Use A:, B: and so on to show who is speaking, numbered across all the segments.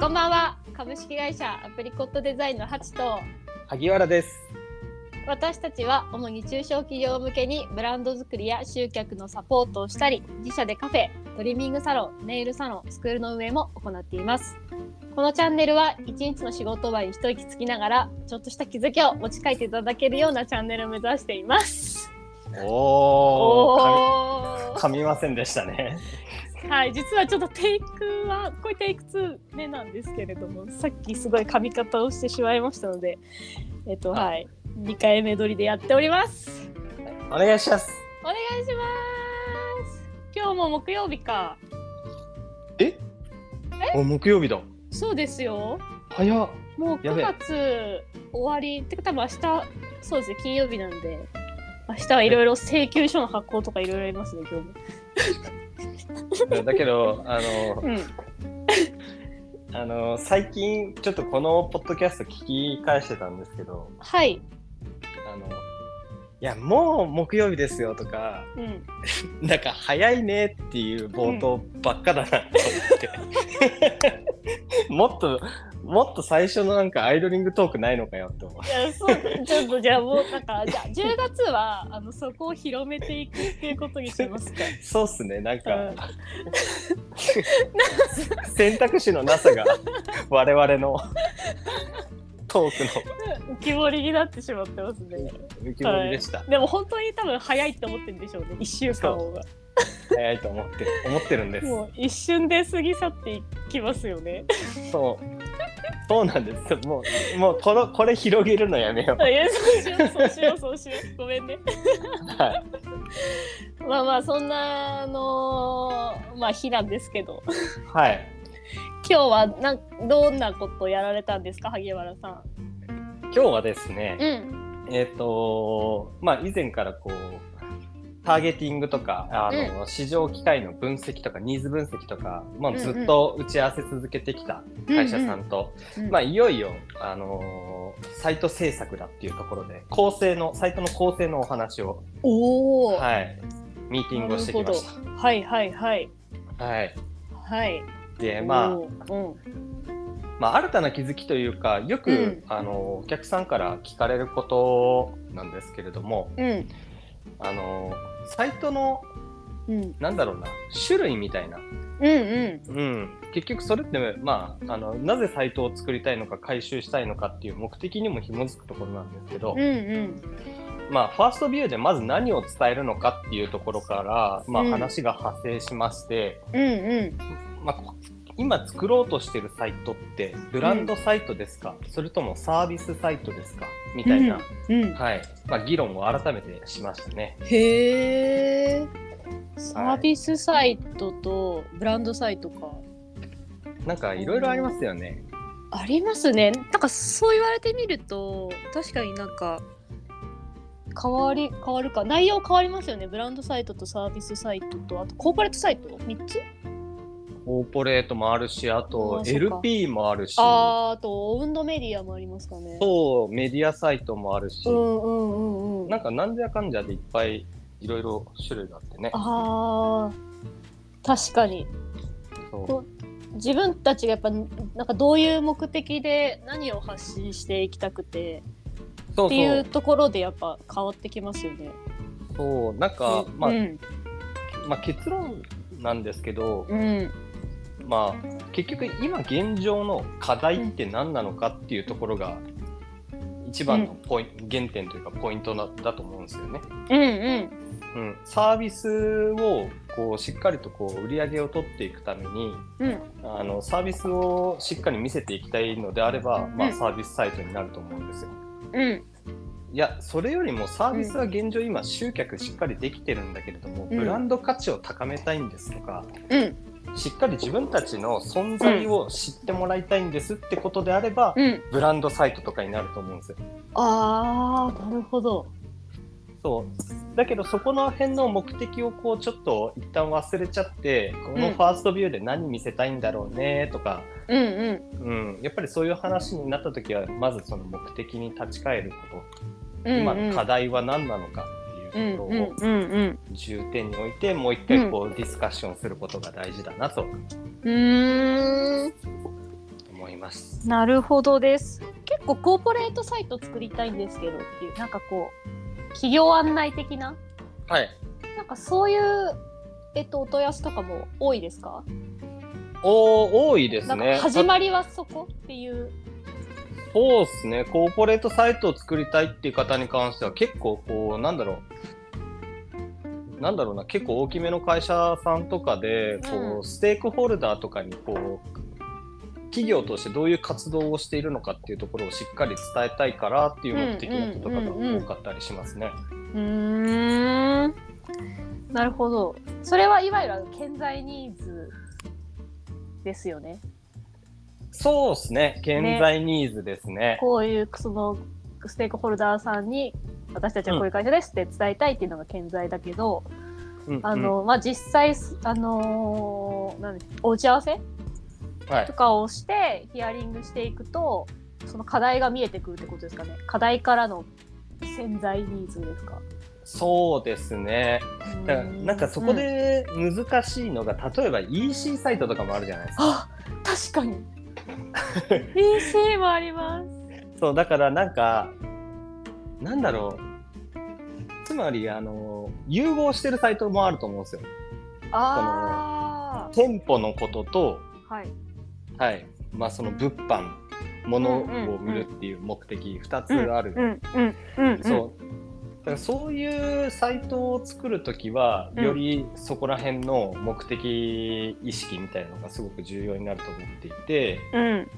A: こんばんは株式会社アプリコットデザインのハチと
B: 萩原です。
A: 私たちは主に中小企業向けにブランド作りや集客のサポートをしたり自社でカフェトリミングサロンネイルサロンスクールの運営も行っていますこのチャンネルは一日の仕事終わりに一息つきながらちょっとした気づきを持ち帰っていただけるようなチャンネルを目指しています
B: おー
A: おー
B: 噛み噛みませんでしたね。
A: はい、実はちょっとテイクはこれテイク2目なんですけれどもさっきすごい噛み方をしてしまいましたのでえっと
B: あ
A: はい2回目撮りでやっております
B: お願いします。
A: お願いします今日も木曜日か
B: え？お木曜日だ。
A: そうですよ
B: 早っ。
A: もう
B: や
A: 9
B: べえ
A: 月終わりってか多分明日そうですね金曜日なんで明日はいろいろ請求書の発行とかいろいろありますね今
B: だけどあの
A: 日もうん
B: あの最近ちょっとこのポッドキャスト聞き返してたんですけど、
A: はい
B: あのいやもう木曜日ですよとか
A: うん
B: なんか早いねっていう冒頭ばっかだなと思 って。もっともっと最初のなんかアイドリングトークないのかよって思う。
A: いやそうちょっとじゃあもうなんかじゃあ10月 はあのそこを広めていくっていうことにします か。
B: そうっすね、なんか、
A: うん
B: 選択肢のなさが我々のトーク
A: 浮き彫りになってしまってますね。
B: の浮き彫りでした。
A: でも本当に多分早いと思ってるんでしょうね。1週間をが
B: 早いと思って思ってるんです。
A: もう一瞬で過ぎ去っていきますよ ね。
B: そう。そうなんです。もうもうこのこれ広げるのやめよ
A: いやそうしようそうしようそうしよう。ごめんね。
B: う。はい。
A: まあまあそんなあのまあ日なんですけど
B: はい。
A: 今日はなんどんなことやられたんですか萩原さ
B: 今日はですね
A: ん。、うん
B: えっ、とまあ以前からこう。ターゲティングとかあの、市場機会の分析とかニーズ分析とか、まあ、ずっと打ち合わせ続けてきた会社さんと、まあ、いよいよ、あのーサイト制作だっていうところで構成のサイトの構成のお話を、
A: おお、
B: はい、ミーティングをしてきまし
A: はいはいはい
B: た。はい、
A: はい。
B: で、ま
A: おー
B: あまあ、新たな気づきというかよく、
A: うん
B: あのーお客さんから聞かれることなんですけれども、
A: うんうん
B: あのーサイトの
A: うん
B: なんだろうな種類みたいな、
A: うん
B: うん、結局それって、まあ、あのなぜサイトを作りたいのか回収したいのかっていう目的にも紐づくところなんですけど、
A: うんうん
B: まあ、ファーストビューでまず何を伝えるのかっていうところから、まあ、
A: うん
B: 話が派生しまして、
A: うんうん
B: まあ、こ今作ろうとしてるサイトってブランドサイトですか、それともサービスサイトですかみたいな、
A: うん
B: はいまあ、議論を改めてしましたね。
A: へえサービスサイトとブランドサイトか、
B: なんかいろいろありますよね。
A: ありますねなんかそう言われてみると確かになんか変わり変わるか内容変わりますよねブランドサイトとサービスサイトとあとコーポレートサイト3つ
B: コーポレートもあるしあと
A: あーそっか
B: LP もあるし
A: あーあとオウンドメディアもありますかね
B: そうメディアサイトもあるし、
A: うんうんうんうん
B: なんかなんじゃかんじゃでいっぱいいろいろ種類があってね。
A: あー確かに
B: そう
A: そう自分たちがやっぱなんかどういう目的で何を発信していきたくて
B: そう
A: ってい
B: そうう
A: ところでやっぱ変わってきますよね。
B: そうなんか、まあ
A: うん
B: まあ、結論なんですけど、
A: うん
B: まあ、結局今現状の課題って何なのかっていうところが一番のポイン、原点というかポイントだだと思うんですよね。
A: うんうん
B: うん、サービスをこうしっかりとこう売り上げを取っていくために
A: うん
B: あのサービスをしっかり見せていきたいのであれば、ま
A: う
B: あ、
A: ん
B: サービスサイトになると思うんですよ。
A: うん
B: いやそれよりもサービスは現状今集客しっかりできてるんだけれども、
A: うん
B: ブランド価値を高めたいんですとか、
A: うん
B: しっかり自分たちの存在を知ってもらいたいんですってことであれば、
A: うん
B: ブランドサイトとかになると思うんですよ。
A: あーなるほど。
B: そうだけどそこの辺の目的をこうちょっと一旦忘れちゃってこの
A: うん
B: ファーストビューで何見せたいんだろうねとか、
A: うんうん
B: うんやっぱりそういう話になった時はまずその目的に立ち返ること、
A: うんうん
B: 今の課題は何なのかって
A: う
B: い
A: ん
B: うとこ
A: う
B: ろを
A: んうんうん
B: 重点に置いてもう一回こうディスカッションすることが大事だなと
A: うーん
B: 思います。
A: なるほどです。結構コーポレートサイト作りたいんですけどっていう、なんかこう、企業案内的な、
B: はい。
A: なんかそういう、えっと、お問い合わせとかも多いですか
B: お多いです
A: なんか
B: ね。
A: 始まりはそこっていう。
B: そうですね。コーポレートサイトを作りたいっていう方に関しては結構こう、なんだろう。なんだろうな、結構大きめの会社さんとかで、こう、
A: うん
B: ステークホルダーとかにこう、企業としてどういう活動をしているのかっていうところをしっかり伝えたいからっていう目的の人とかが多かったりしますね。
A: うーん。なるほど。それはいわゆる健在ニーズですよね。
B: そうですね。健在ニーズですね。
A: こういうそのステークホルダーさんに私たちはこういう会社ですって伝えたいっていうのが健在だけど、
B: うんうん
A: あのまあ、実際、あのーなんでお打ち合わせ
B: はい
A: と。かをしてヒアリングしていくとその課題が見えてくるってことですかね課題からの潜在ニーズですか。
B: そうですね。だからなんかそこ
A: うん
B: で難しいのが、例えば EC サイトとかもあるじゃないですか。
A: あ確 かに EC もあります。
B: そうだからなんかなんだろう。つまりあの融合してるサイトもあると思うんですよ。
A: あ
B: 店舗のことと
A: あ、はい、
B: はいまあその物販
A: う
B: 物
A: んうんうん
B: を売るっていう目的2つある。
A: うんうんうんうん、
B: そう。だからそういうサイトを作るときは、
A: うん
B: よりそこら辺の目的意識みたいなのがすごく重要になると思っていて、
A: うん、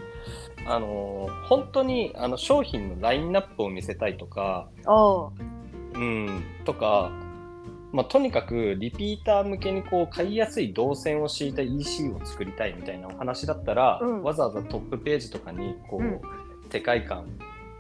B: あのー本当にあの商品のラインナップを見せたいとか、
A: おう
B: うん、とか、まあ、とにかくリピーター向けにこう買いやすい動線を敷いた EC を作りたいみたいなお話だったら、
A: うん
B: わざわざトップページとかにこう、
A: うん
B: 世界観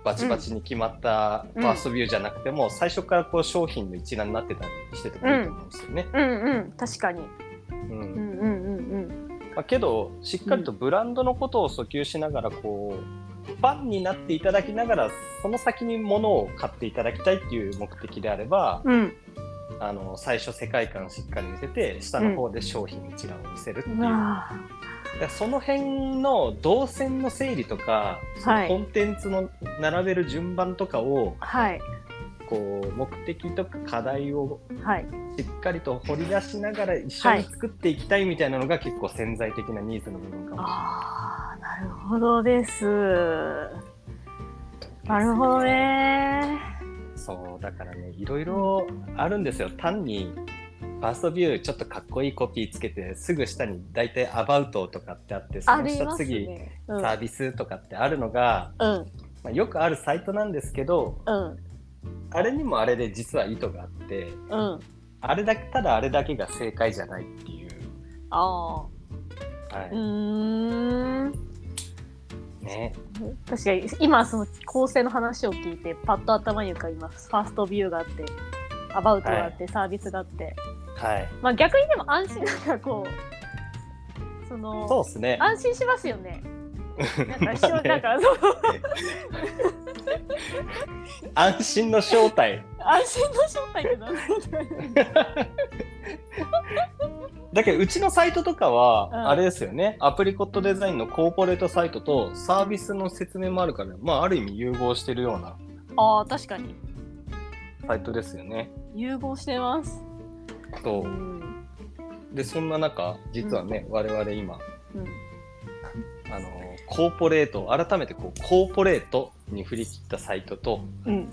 B: バチバチに決まったファーストビューじゃなくても、最初からこう商品の一覧になってたりしててもいいと思うんですよね。
A: うんうん確かに
B: う
A: うんんうんうん
B: まあ、けどしっかりとブランドのことを訴求しながらこう、ファンになっていただきながらその先に物を買っていただきたいっていう目的であれば、
A: うん
B: あの最初世界観をしっかり見せて下の方で商品一覧を見せるっていう、
A: うんう
B: だか
A: わあ
B: らその辺の動線の整理とか、そ
A: は
B: の
A: い
B: コンテンツの並べる順番とかを
A: はい
B: こう目的とか課題を
A: はい
B: しっかりと掘り出しながら一緒に作っていきたいみたいなのが結構潜在的なニーズの部分かもしれない。
A: ああなるほどですなるほどね
B: そうだからねいろいろあるんですよ単にファーストビューちょっとかっこいいコピーつけてすぐ下に大体アバウトとかってあってそ
A: あ
B: の
A: り
B: 下
A: ます
B: 次、
A: ねうん
B: サービスとかってあるのが、
A: うん
B: まあ、よくあるサイトなんですけど
A: うん
B: あれにもあれで実は意図があって
A: うん
B: あれだけただあれだけが正解じゃないっていう、
A: あ
B: は
A: あうーん
B: いね、
A: 確かに今その構成の話を聞いてパッと頭に浮かびますファーストビューがあってアバウトがあって、サービスがあって
B: はい
A: まあ逆にでも安心なんかこうその
B: そうですね
A: 安心しますよ ね。なんか一
B: ま
A: 緒
B: あね
A: なんかそう
B: 安心の正体
A: 安心の正体 ってなんだ
B: だけどうちのサイトとかは、
A: うん
B: あれですよねアプリコットデザインのコーポレートサイトとサービスの説明もあるから、まあ、ある意味融合してるような
A: ああ確かに
B: サイトですよね。
A: 融合してます。
B: そううんでそんな中実はね、我々今
A: うん
B: あのコーポレート改めてこうコーポレートに振り切ったサイトと
A: うん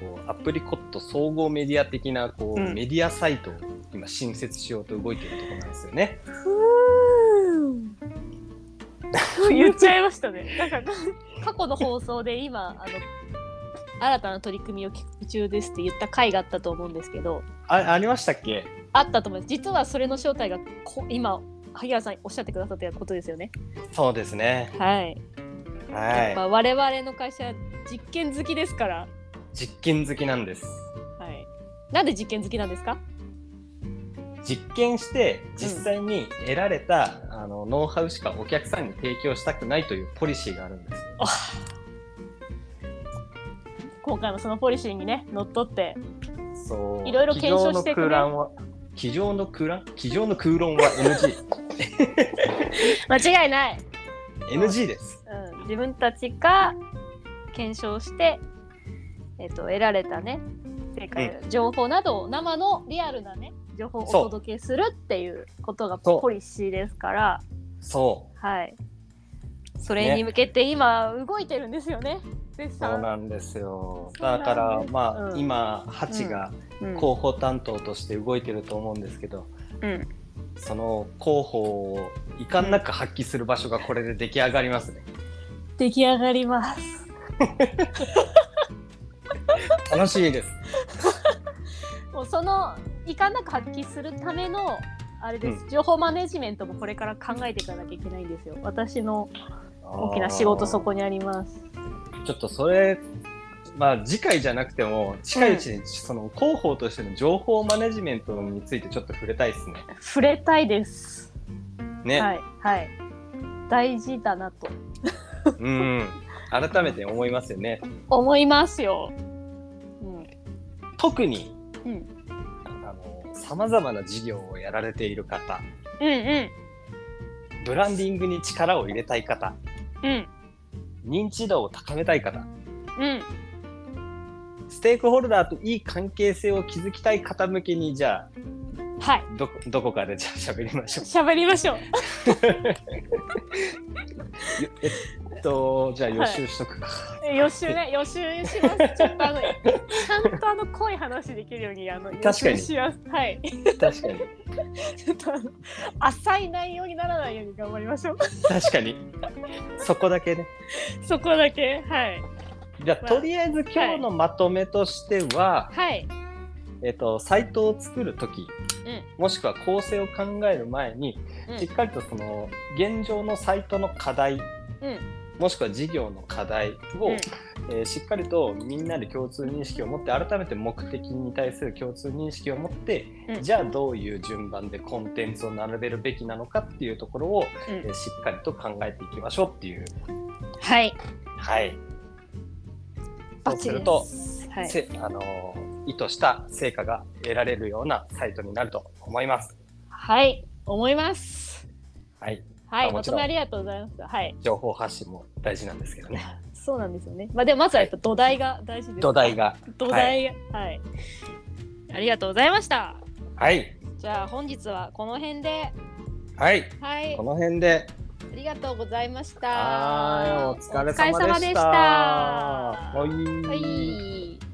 B: こうアプリコット総合メディア的なこう、
A: うん
B: メディアサイトを今新設しようと動いてるところなんですよね。
A: ふーん。言っちゃいましたね。なんか過去の放送で今あの新たな取り組みを企画中ですって言った回があったと思うんですけど、
B: あありましたっけ
A: あったと思います。実はそれの正体がこ今萩原さんおっしゃってくださったことですよね。
B: そうですね。
A: はい。やっ
B: は
A: ぱ我々の会社実験好きですから、
B: い。実験好きなんです。
A: はい、なんで実験好きなんですか
B: 実験して実際に得られた、あのノウハウしかお客さんに提供したくないというポリシーがあるんです。
A: 今回もそのポリシーにねのっとって
B: そう。
A: いろいろ検証していくね
B: 机上の空欄は机 上の空欄、机上の空論は NG。
A: 間違いない
B: NG です。
A: うん、自分たちが検証して、えっと得られたね正解、情報などを生のリアルなね情報をお
B: そう
A: 届けするっていうことが
B: そう
A: ポリシーですから
B: そう。
A: はいそれに向けて今動いてるんですよね絶
B: そう
A: 賛
B: なんですよ。
A: そうな
B: だ
A: んです
B: から、まあ、
A: うん
B: 今、ハチが
A: うん
B: 広報担当として動いてると思うんですけど、
A: うん
B: その広報を遺憾なく発揮する場所がこれで出来上がりますね。
A: 出来上がります
B: 楽しみです。
A: もうそのいかなく発揮するためのあれです、情報マネジメントもこれから考えていかなきゃいけないんですよ私の大きな仕事そこにあります
B: ちょっとそれ、まあ次回じゃなくても、近いうちにその広報としての情報マネジメントについてちょっと触れたいですね。
A: 触れたいです
B: ね。
A: はいはい大事だなと
B: うん。改めて思いますよね。
A: 思いますよ、うん
B: 特に、
A: うん、
B: あの、様々な事業をやられている方、
A: うんうん
B: ブランディングに力を入れたい方、
A: うん
B: 認知度を高めたい方、
A: うん
B: ステークホルダーといい関係性を築きたい方向けに、じゃあ、
A: はい
B: ど、どこかでじゃあ喋りましょう。
A: 喋りましょう
B: よえっと、じゃあ予習しとくか。
A: 予習ね予習し ますちょっとあのちゃんとあの濃い話できるようにあの予
B: 確か
A: 習
B: に
A: しますはい
B: 確かに。
A: ちょっとあの浅い内容にならないように頑張りましょう
B: 確かに。そこだけね。
A: そこだけはい
B: じゃあ、
A: まあ
B: とりあえず今日のまとめとしては、
A: はい
B: えっと、サイトを作るとき、もしくは構成を考える前に、
A: うん
B: しっかりとその、現状のサイトの課題、
A: うん
B: もしくは事業の課
A: う
B: 題を、
A: ん
B: えーしっかりとみんなで共通認識を持って、改めて目的に対する共通認識を持って、
A: うん
B: じゃあどういう順番でコンテンツを並べるべきなのかっていうところを、
A: うん
B: えーしっかりと考えていきましょうっていう。
A: はい
B: はい。
A: バ
B: そ
A: ッ
B: う
A: チ
B: す
A: リ
B: る
A: で
B: と、
A: すはい
B: せあのー意図した成果が得られるようなサイトになると思います。
A: はい思います
B: はい、
A: はい
B: あ
A: ま
B: も
A: と
B: ちろん
A: めありがとうございますはい
B: 情報発信も大事なんですけどね。
A: そうなんですよねまあでもまずはやっぱ土台が大事です、
B: 土台が。
A: 土台がはい、ありがとうございました
B: はい、
A: じゃあ本日はこの辺で
B: はい、
A: はい
B: この辺で。
A: ありがとうございました
B: はい、お疲れ
A: お疲れ様
B: 様で
A: でし
B: したた。
A: は
B: はい